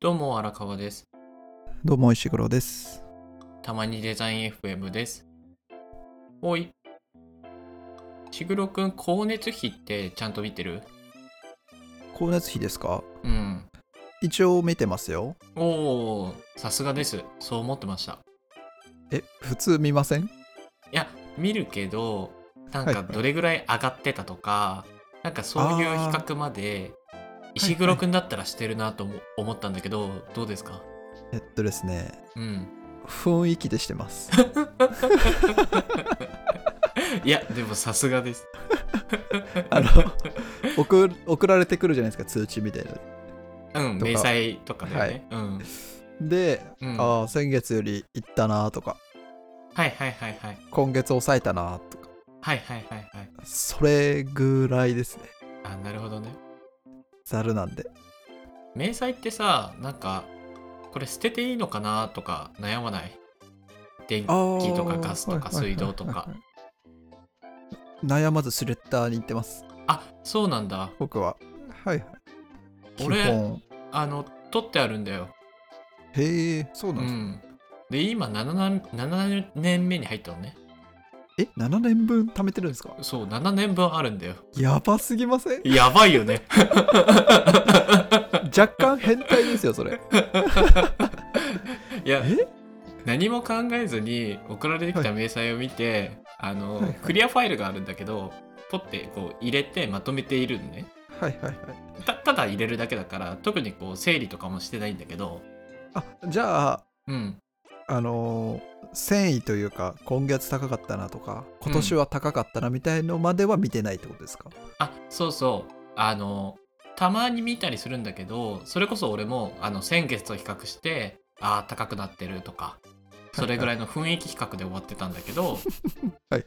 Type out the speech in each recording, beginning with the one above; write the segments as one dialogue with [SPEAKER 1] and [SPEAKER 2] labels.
[SPEAKER 1] どうも荒川です。
[SPEAKER 2] どうも石黒です。
[SPEAKER 1] たまにデザイン FM です。おい。しぐろくん、光熱費ってちゃんと見てる
[SPEAKER 2] 光熱費ですか
[SPEAKER 1] うん。
[SPEAKER 2] 一応見てますよ。
[SPEAKER 1] おお、さすがです。そう思ってました。
[SPEAKER 2] え、普通見ません
[SPEAKER 1] いや、見るけど、なん
[SPEAKER 2] はい
[SPEAKER 1] か
[SPEAKER 2] はい
[SPEAKER 1] どれぐらい上がってたとか、なんかそういう比較まで、石黒くんだったらしてるなと思思ったんだけど、どうですか
[SPEAKER 2] えっとですね、
[SPEAKER 1] うん。
[SPEAKER 2] 雰囲気でしてます。
[SPEAKER 1] いや、でもさすがです。
[SPEAKER 2] あの、送送られてくるじゃないですか、通知みたいな。
[SPEAKER 1] うん、
[SPEAKER 2] とか
[SPEAKER 1] 明細とかだよね。うん。
[SPEAKER 2] で、
[SPEAKER 1] うん
[SPEAKER 2] ああ、先月より行ったなとか、
[SPEAKER 1] はいはいはいはい。
[SPEAKER 2] 今月抑えたなとか、
[SPEAKER 1] はいはいはいはい。
[SPEAKER 2] それぐらいですね。
[SPEAKER 1] あ、なるほどね。
[SPEAKER 2] ざるなんで。
[SPEAKER 1] 明細ってさ、なんか、これ捨てていいのかなとか悩まない電気
[SPEAKER 2] ー
[SPEAKER 1] とかガスとか水道と。
[SPEAKER 2] はいはい
[SPEAKER 1] か
[SPEAKER 2] はい。はい悩まずスレッダーに行ってます、
[SPEAKER 1] あ、そうなんだ。
[SPEAKER 2] 僕は。はいはい。基
[SPEAKER 1] 俺
[SPEAKER 2] 本。
[SPEAKER 1] あの、取ってあるんだよ。
[SPEAKER 2] へえ、そう
[SPEAKER 1] う
[SPEAKER 2] なんですか。
[SPEAKER 1] ん。で、今7年、7年目に入ったのね。
[SPEAKER 2] え、7年分貯めてるんですか
[SPEAKER 1] そう、7年分あるんだよ。
[SPEAKER 2] やばすぎません
[SPEAKER 1] やばいよ ね。
[SPEAKER 2] 若干変態ですよ、それ。
[SPEAKER 1] いや
[SPEAKER 2] え、
[SPEAKER 1] 何も考えずに送られてきた明細を見て、あの、
[SPEAKER 2] はいはい
[SPEAKER 1] クリアファイルがあるんだけど、ポッてこう入れてまとめているのね。
[SPEAKER 2] はいはいはい。
[SPEAKER 1] たただ入れるだけだから特にこう整理とかもしてないんだけど
[SPEAKER 2] あ、じゃあ、
[SPEAKER 1] うん
[SPEAKER 2] あのー繊維というか、今月高かったなとか、今年は高かったなみたいのまでは見てないってことですか、
[SPEAKER 1] あそうそうあのたまに見たりするんだけどそれこそ俺もあの先月と比較してああ高くなってるとかそれぐらいの雰囲気比較で終わってたんだけど
[SPEAKER 2] はい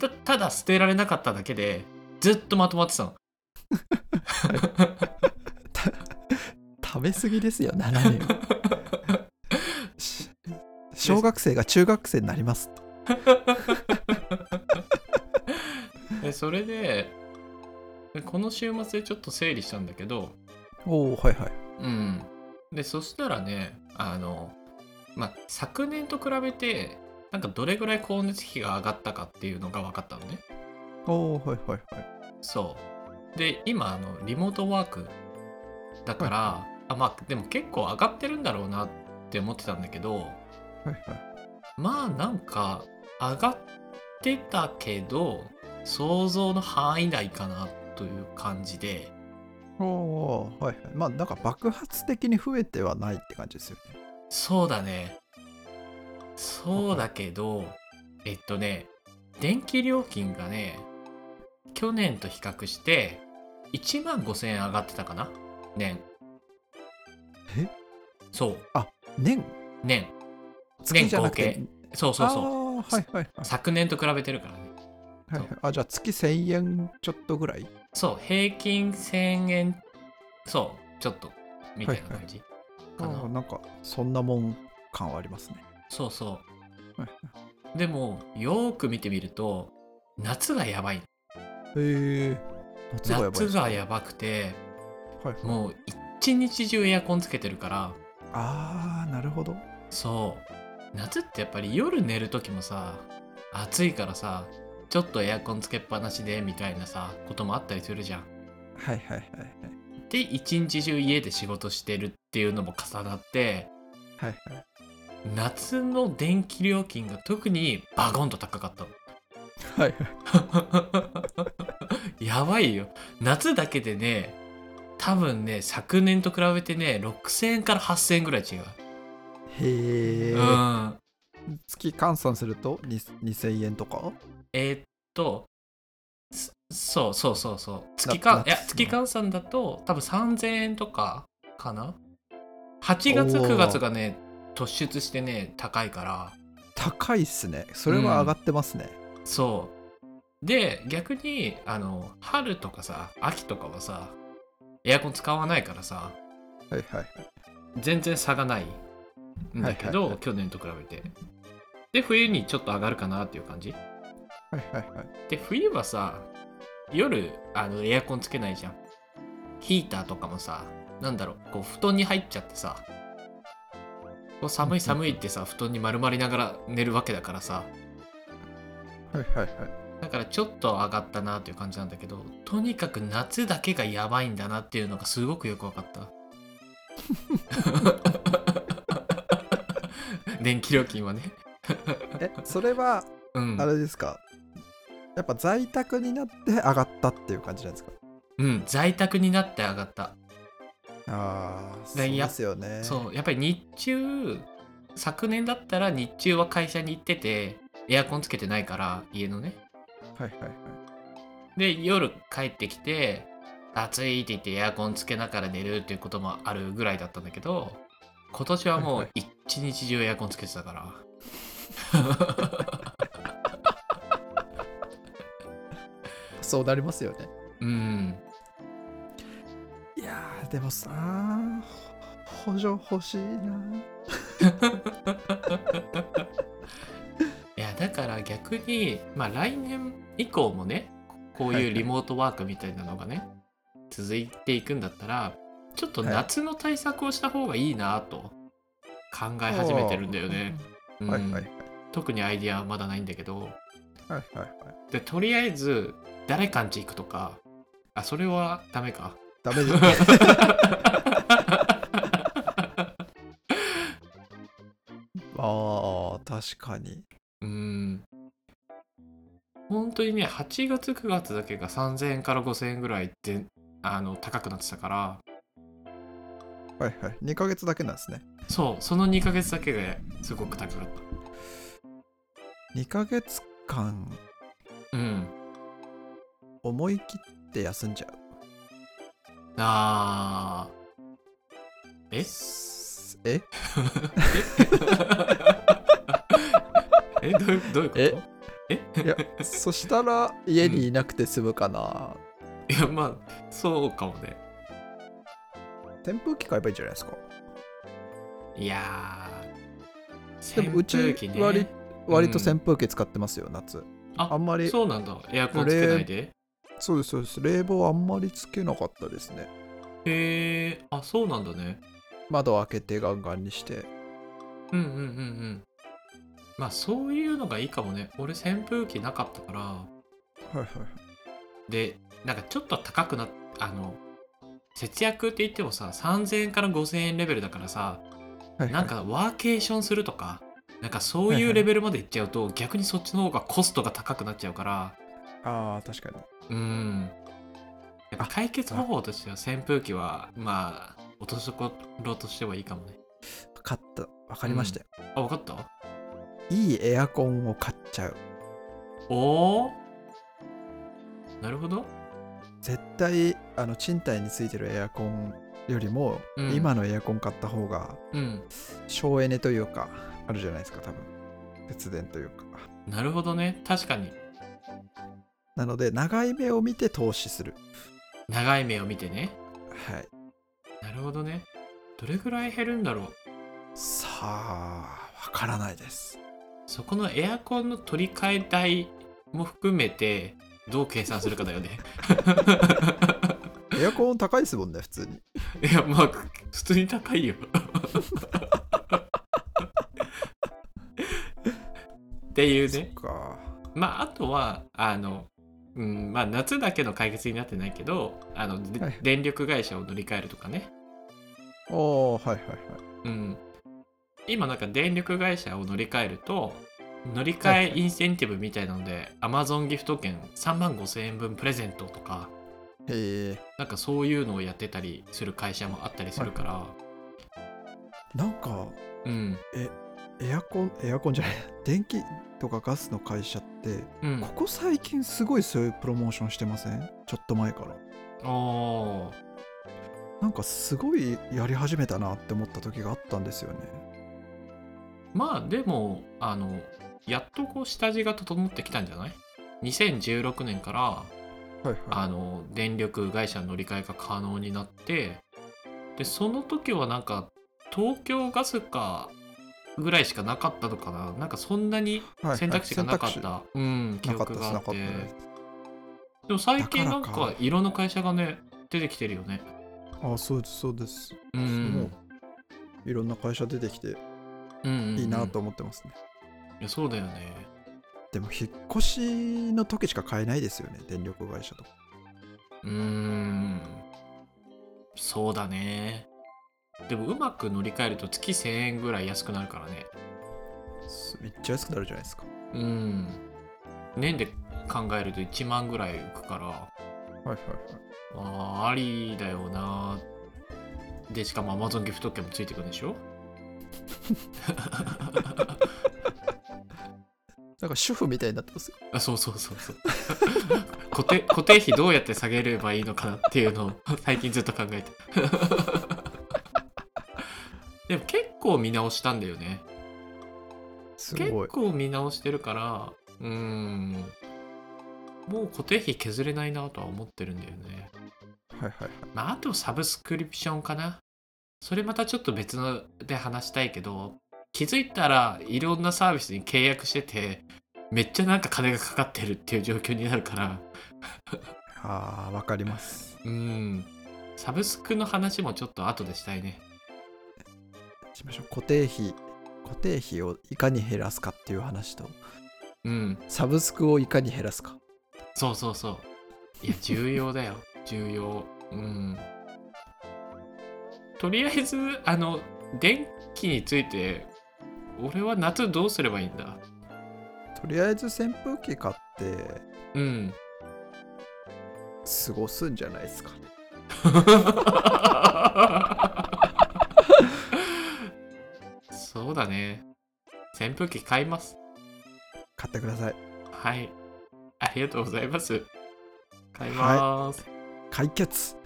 [SPEAKER 1] たただ捨てられなかっただけでずっとまとまってたの
[SPEAKER 2] 食べ過ぎですよ、7年。 し小学生が中学生になりますって。
[SPEAKER 1] でそれででこの週末でちょっと整理したんだけど
[SPEAKER 2] おおはいはい。
[SPEAKER 1] うん。で、そしたらね、あの、まあ、昨年と比べて、なんかどれぐらい光熱費が上がったかっていうのが分かったのね。
[SPEAKER 2] おおはいはいはい。
[SPEAKER 1] そう。で、今、あの、リモートワークだから、あまあ、でも結構上がってるんだろうなって思ってたんだけど、
[SPEAKER 2] はいはい、
[SPEAKER 1] まあ、なんか、上がってたけど、想像の範囲内かなという感じで、
[SPEAKER 2] おおはいはい。まあ、なんか爆発的に増えてはないって感じですよね。
[SPEAKER 1] そうだね。そうだけど、えっとね、電気料金がね、去年と比較して、1万5000円上がってたかな年。
[SPEAKER 2] え
[SPEAKER 1] そう、
[SPEAKER 2] 年
[SPEAKER 1] 年。
[SPEAKER 2] 月じゃなく
[SPEAKER 1] 年
[SPEAKER 2] て
[SPEAKER 1] 合。そうそうそう。
[SPEAKER 2] あーはいはいはい。
[SPEAKER 1] 昨年と比べてるからね。
[SPEAKER 2] はいはい、あじゃあ月1000円ちょっとぐらい
[SPEAKER 1] そう、平均1000円、そう、ちょっと、みたいな感じ
[SPEAKER 2] あ
[SPEAKER 1] かな。
[SPEAKER 2] ーなんかそんなもん感はありますね。
[SPEAKER 1] そうそ。
[SPEAKER 2] はいう
[SPEAKER 1] でも、よーく見てみると、夏がやばいの。
[SPEAKER 2] へえ夏がやばい
[SPEAKER 1] 夏がやばくて、
[SPEAKER 2] はい、
[SPEAKER 1] もう一日中エアコンつけてるから
[SPEAKER 2] ああなるほど。
[SPEAKER 1] そう夏ってやっぱり夜寝る時もさ暑いからさちょっとエアコンつけっぱなしでみたいなさこともあったりするじゃん
[SPEAKER 2] はいはいはいはい。
[SPEAKER 1] で一日中家で仕事してるっていうのも重なって
[SPEAKER 2] はいはい、
[SPEAKER 1] 夏の電気料金が特にバゴンと高かったの
[SPEAKER 2] はい
[SPEAKER 1] やばいよ夏だけでね多分ね昨年と比べてね6,000円から8,000円ぐらい違う、
[SPEAKER 2] へえ、
[SPEAKER 1] うん
[SPEAKER 2] 月換算するとに2000円とか
[SPEAKER 1] えーっと、すそうそうそうそう。月間、
[SPEAKER 2] 夏
[SPEAKER 1] いや、月換算だと多分3000円とかかな ?8 月、
[SPEAKER 2] おー
[SPEAKER 1] 9月がね、突出してね、高いから、
[SPEAKER 2] 高いっすね。それは上がってますね。
[SPEAKER 1] そう。で、逆に、あの、春とかさ、秋とかはさ、エアコン使わないからさ、
[SPEAKER 2] はいはいはい。
[SPEAKER 1] 全然差がないんだけど、
[SPEAKER 2] はいはいはい
[SPEAKER 1] 去年と比べて。で、冬にちょっと上がるかなっていう感じ。
[SPEAKER 2] はいはいはい。
[SPEAKER 1] で冬はさ夜あのエアコンつけないじゃんヒーターとかもさなんだろうこう布団に入っちゃってさこう寒い寒いってさ布団に丸まりながら寝るわけだからさ
[SPEAKER 2] はいはいはい
[SPEAKER 1] だからちょっと上がったなという感じなんだけどとにかく夏だけがやばいんだなっていうのがすごくよく分かった 電気料金はね
[SPEAKER 2] えそれは
[SPEAKER 1] うん
[SPEAKER 2] あれですか、やっぱ在宅になって上がったっていう感じなんですか
[SPEAKER 1] うん在宅になって上がった
[SPEAKER 2] ああそう
[SPEAKER 1] でいや
[SPEAKER 2] ですよね
[SPEAKER 1] そうやっぱり日中昨年だったら日中は会社に行っててエアコンつけてないから家のね
[SPEAKER 2] はいはいはい
[SPEAKER 1] で夜帰ってきて暑いって言ってエアコンつけながら寝るっていうこともあるぐらいだったんだけど今年はも
[SPEAKER 2] はいうは
[SPEAKER 1] 一日中エアコンつけてたから、
[SPEAKER 2] そうなりますよね
[SPEAKER 1] うん
[SPEAKER 2] いやーでもさー補助欲しいない
[SPEAKER 1] やだから逆にまあ来年以降もねこう
[SPEAKER 2] は
[SPEAKER 1] い
[SPEAKER 2] いは
[SPEAKER 1] う
[SPEAKER 2] い
[SPEAKER 1] リモートワークみたいなのがね続いていくんだったらちょっと
[SPEAKER 2] はい
[SPEAKER 1] 夏の対策をした方がいいなと考え始めてるんだよね、う
[SPEAKER 2] お
[SPEAKER 1] ん
[SPEAKER 2] ーはいはいはい
[SPEAKER 1] 特にアイディアはまだないんだけど
[SPEAKER 2] はいはいはい
[SPEAKER 1] でとりあえず誰かんち行くとかあそれはダメか
[SPEAKER 2] ダメですねあー確かに
[SPEAKER 1] うん本当にね8月9月だけが3000円から5000円ぐらいってあの高くなってたから
[SPEAKER 2] はいはい2ヶ月だけなんですね
[SPEAKER 1] そうその2ヶ月だけですごく高かっ
[SPEAKER 2] 2ヶ月間
[SPEAKER 1] たうん
[SPEAKER 2] 思い切って休んじゃう
[SPEAKER 1] あーえ
[SPEAKER 2] え
[SPEAKER 1] えどういうどういうこと
[SPEAKER 2] えいやそしたら家にいなくて済むかな、
[SPEAKER 1] いやまあそうかもね
[SPEAKER 2] 扇風機買えばいいんじゃないですか
[SPEAKER 1] いやー
[SPEAKER 2] でもうち
[SPEAKER 1] 扇風機ね
[SPEAKER 2] 割割と
[SPEAKER 1] うん
[SPEAKER 2] 扇風機使ってますよ、夏
[SPEAKER 1] あ
[SPEAKER 2] あんまり
[SPEAKER 1] そうなんだエアコンつけないで
[SPEAKER 2] そうですそうです冷房あんまりつけなかったですね
[SPEAKER 1] へえあそうなんだね
[SPEAKER 2] 窓開けてガンガンにして
[SPEAKER 1] うんうんうんうんまあそういうのがいいかもね俺扇風機なかったから
[SPEAKER 2] はいはい
[SPEAKER 1] でなんかちょっと高くなっあの節約って言ってもさ3000円から5000円レベルだからさ
[SPEAKER 2] はいはい
[SPEAKER 1] なんかワーケーションするとかなんかそういうレベルまでいっちゃうと逆にそっちの方がコストが高くなっちゃうから
[SPEAKER 2] ああ確かに
[SPEAKER 1] うんやっぱ
[SPEAKER 2] あ
[SPEAKER 1] 解決方法としては扇風機はまあ落としどころとしてはいいかもね
[SPEAKER 2] 分かった分かりましたよ、
[SPEAKER 1] あ分かった
[SPEAKER 2] いいエアコンを買っちゃう
[SPEAKER 1] おおなるほど
[SPEAKER 2] 絶対あの賃貸についてるエアコンよりも、
[SPEAKER 1] うん
[SPEAKER 2] 今のエアコン買った方が
[SPEAKER 1] うん
[SPEAKER 2] 省エネというかあるじゃないですか多分節電というか
[SPEAKER 1] なるほどね確かに
[SPEAKER 2] なので長い目を見て投資する
[SPEAKER 1] 長い目を見てね
[SPEAKER 2] はい
[SPEAKER 1] なるほどねどれぐらい減るんだろう
[SPEAKER 2] さあわからないです
[SPEAKER 1] そこのエアコンの取り替え代も含めてどう計算するかだよね
[SPEAKER 2] エアコン高いですもんね普通 に
[SPEAKER 1] いやまあ普通に高いよっていう
[SPEAKER 2] そ
[SPEAKER 1] ね
[SPEAKER 2] っか
[SPEAKER 1] まああとはあの、うんまあ、夏だけの解決になってないけどあの、で
[SPEAKER 2] はい
[SPEAKER 1] 電力会社を乗り換えるとかね、
[SPEAKER 2] おーはいはいはい
[SPEAKER 1] うん、今なんか電力会社を乗り換えると乗り換えインセンティブみたいなので Amazon ギフト券3万5千円分プレゼントとか
[SPEAKER 2] へえ
[SPEAKER 1] なんかそういうのをやってたりする会社もあったりするから、
[SPEAKER 2] なんか
[SPEAKER 1] うん
[SPEAKER 2] エアコンエアコンじゃない 電気とかガスの会社って
[SPEAKER 1] うん
[SPEAKER 2] ここ最近すごいそういうプロモーションしてませんちょっと前から
[SPEAKER 1] おー
[SPEAKER 2] なんかすごいやり始めたなって思った時があったんですよね
[SPEAKER 1] まあでもあのやっとこう下地が整ってきたんじゃない2016年から
[SPEAKER 2] はい
[SPEAKER 1] あの電力会社の乗り換えが可能になってでその時はなんか東京ガスかぐらいしかなかったのかななんかそんなに
[SPEAKER 2] はい
[SPEAKER 1] 選択肢がなかった、
[SPEAKER 2] 選
[SPEAKER 1] うん記
[SPEAKER 2] なかった
[SPEAKER 1] 憶
[SPEAKER 2] です
[SPEAKER 1] があ
[SPEAKER 2] な
[SPEAKER 1] っ
[SPEAKER 2] か
[SPEAKER 1] て
[SPEAKER 2] ったです
[SPEAKER 1] でも最近なん
[SPEAKER 2] だから
[SPEAKER 1] か
[SPEAKER 2] か
[SPEAKER 1] 色の会社がね出てきてるよね
[SPEAKER 2] あそうですそうです、
[SPEAKER 1] う
[SPEAKER 2] も
[SPEAKER 1] ん
[SPEAKER 2] ういろんな会社出てきて
[SPEAKER 1] うん
[SPEAKER 2] いいな
[SPEAKER 1] うん
[SPEAKER 2] と思ってますね、
[SPEAKER 1] いやそうだよね
[SPEAKER 2] でも引っ越しの時しか買えないですよね電力会社とか
[SPEAKER 1] うーんそうだねでもうまく乗り換えると月1000円ぐらい安くなるからね
[SPEAKER 2] すめっちゃ安くなるじゃないですか
[SPEAKER 1] うん年で考えると1万ぐらい浮くから
[SPEAKER 2] はいはい
[SPEAKER 1] あーありだよなでしかも Amazon ギフト券もついてくるんでしょ
[SPEAKER 2] なんか主婦みたいになってますよ
[SPEAKER 1] あそうそうそう そう固定固定費どうやって下げればいいのかなっていうのを 最近ずっと考えて でも結構見直したんだよね
[SPEAKER 2] す
[SPEAKER 1] 結
[SPEAKER 2] ごい
[SPEAKER 1] 構見直してるからうーんもう固定費削れないなとは思ってるんだよね
[SPEAKER 2] はいはいはい
[SPEAKER 1] まああとサブスクリプションかなそれまたちょっと別ので話したいけど気づいたらいろんなサービスに契約しててめっちゃなんか金がかかってるっていう状況になるから
[SPEAKER 2] あーわかります
[SPEAKER 1] うんサブスクの話もちょっと後でしたいね
[SPEAKER 2] しましょう固定費固定費をいかに減らすかっていう話と
[SPEAKER 1] うん
[SPEAKER 2] サブスクをいかに減らすか
[SPEAKER 1] そうそうそういや重要だよ重要うんとりあえずあの電気について俺は夏どうすればいいんだ
[SPEAKER 2] とりあえず扇風機買って
[SPEAKER 1] うん
[SPEAKER 2] 過ごすんじゃないですか
[SPEAKER 1] そうだね。扇風機買います。
[SPEAKER 2] 買ってください
[SPEAKER 1] はい。ありがとうございます。買います。
[SPEAKER 2] 解決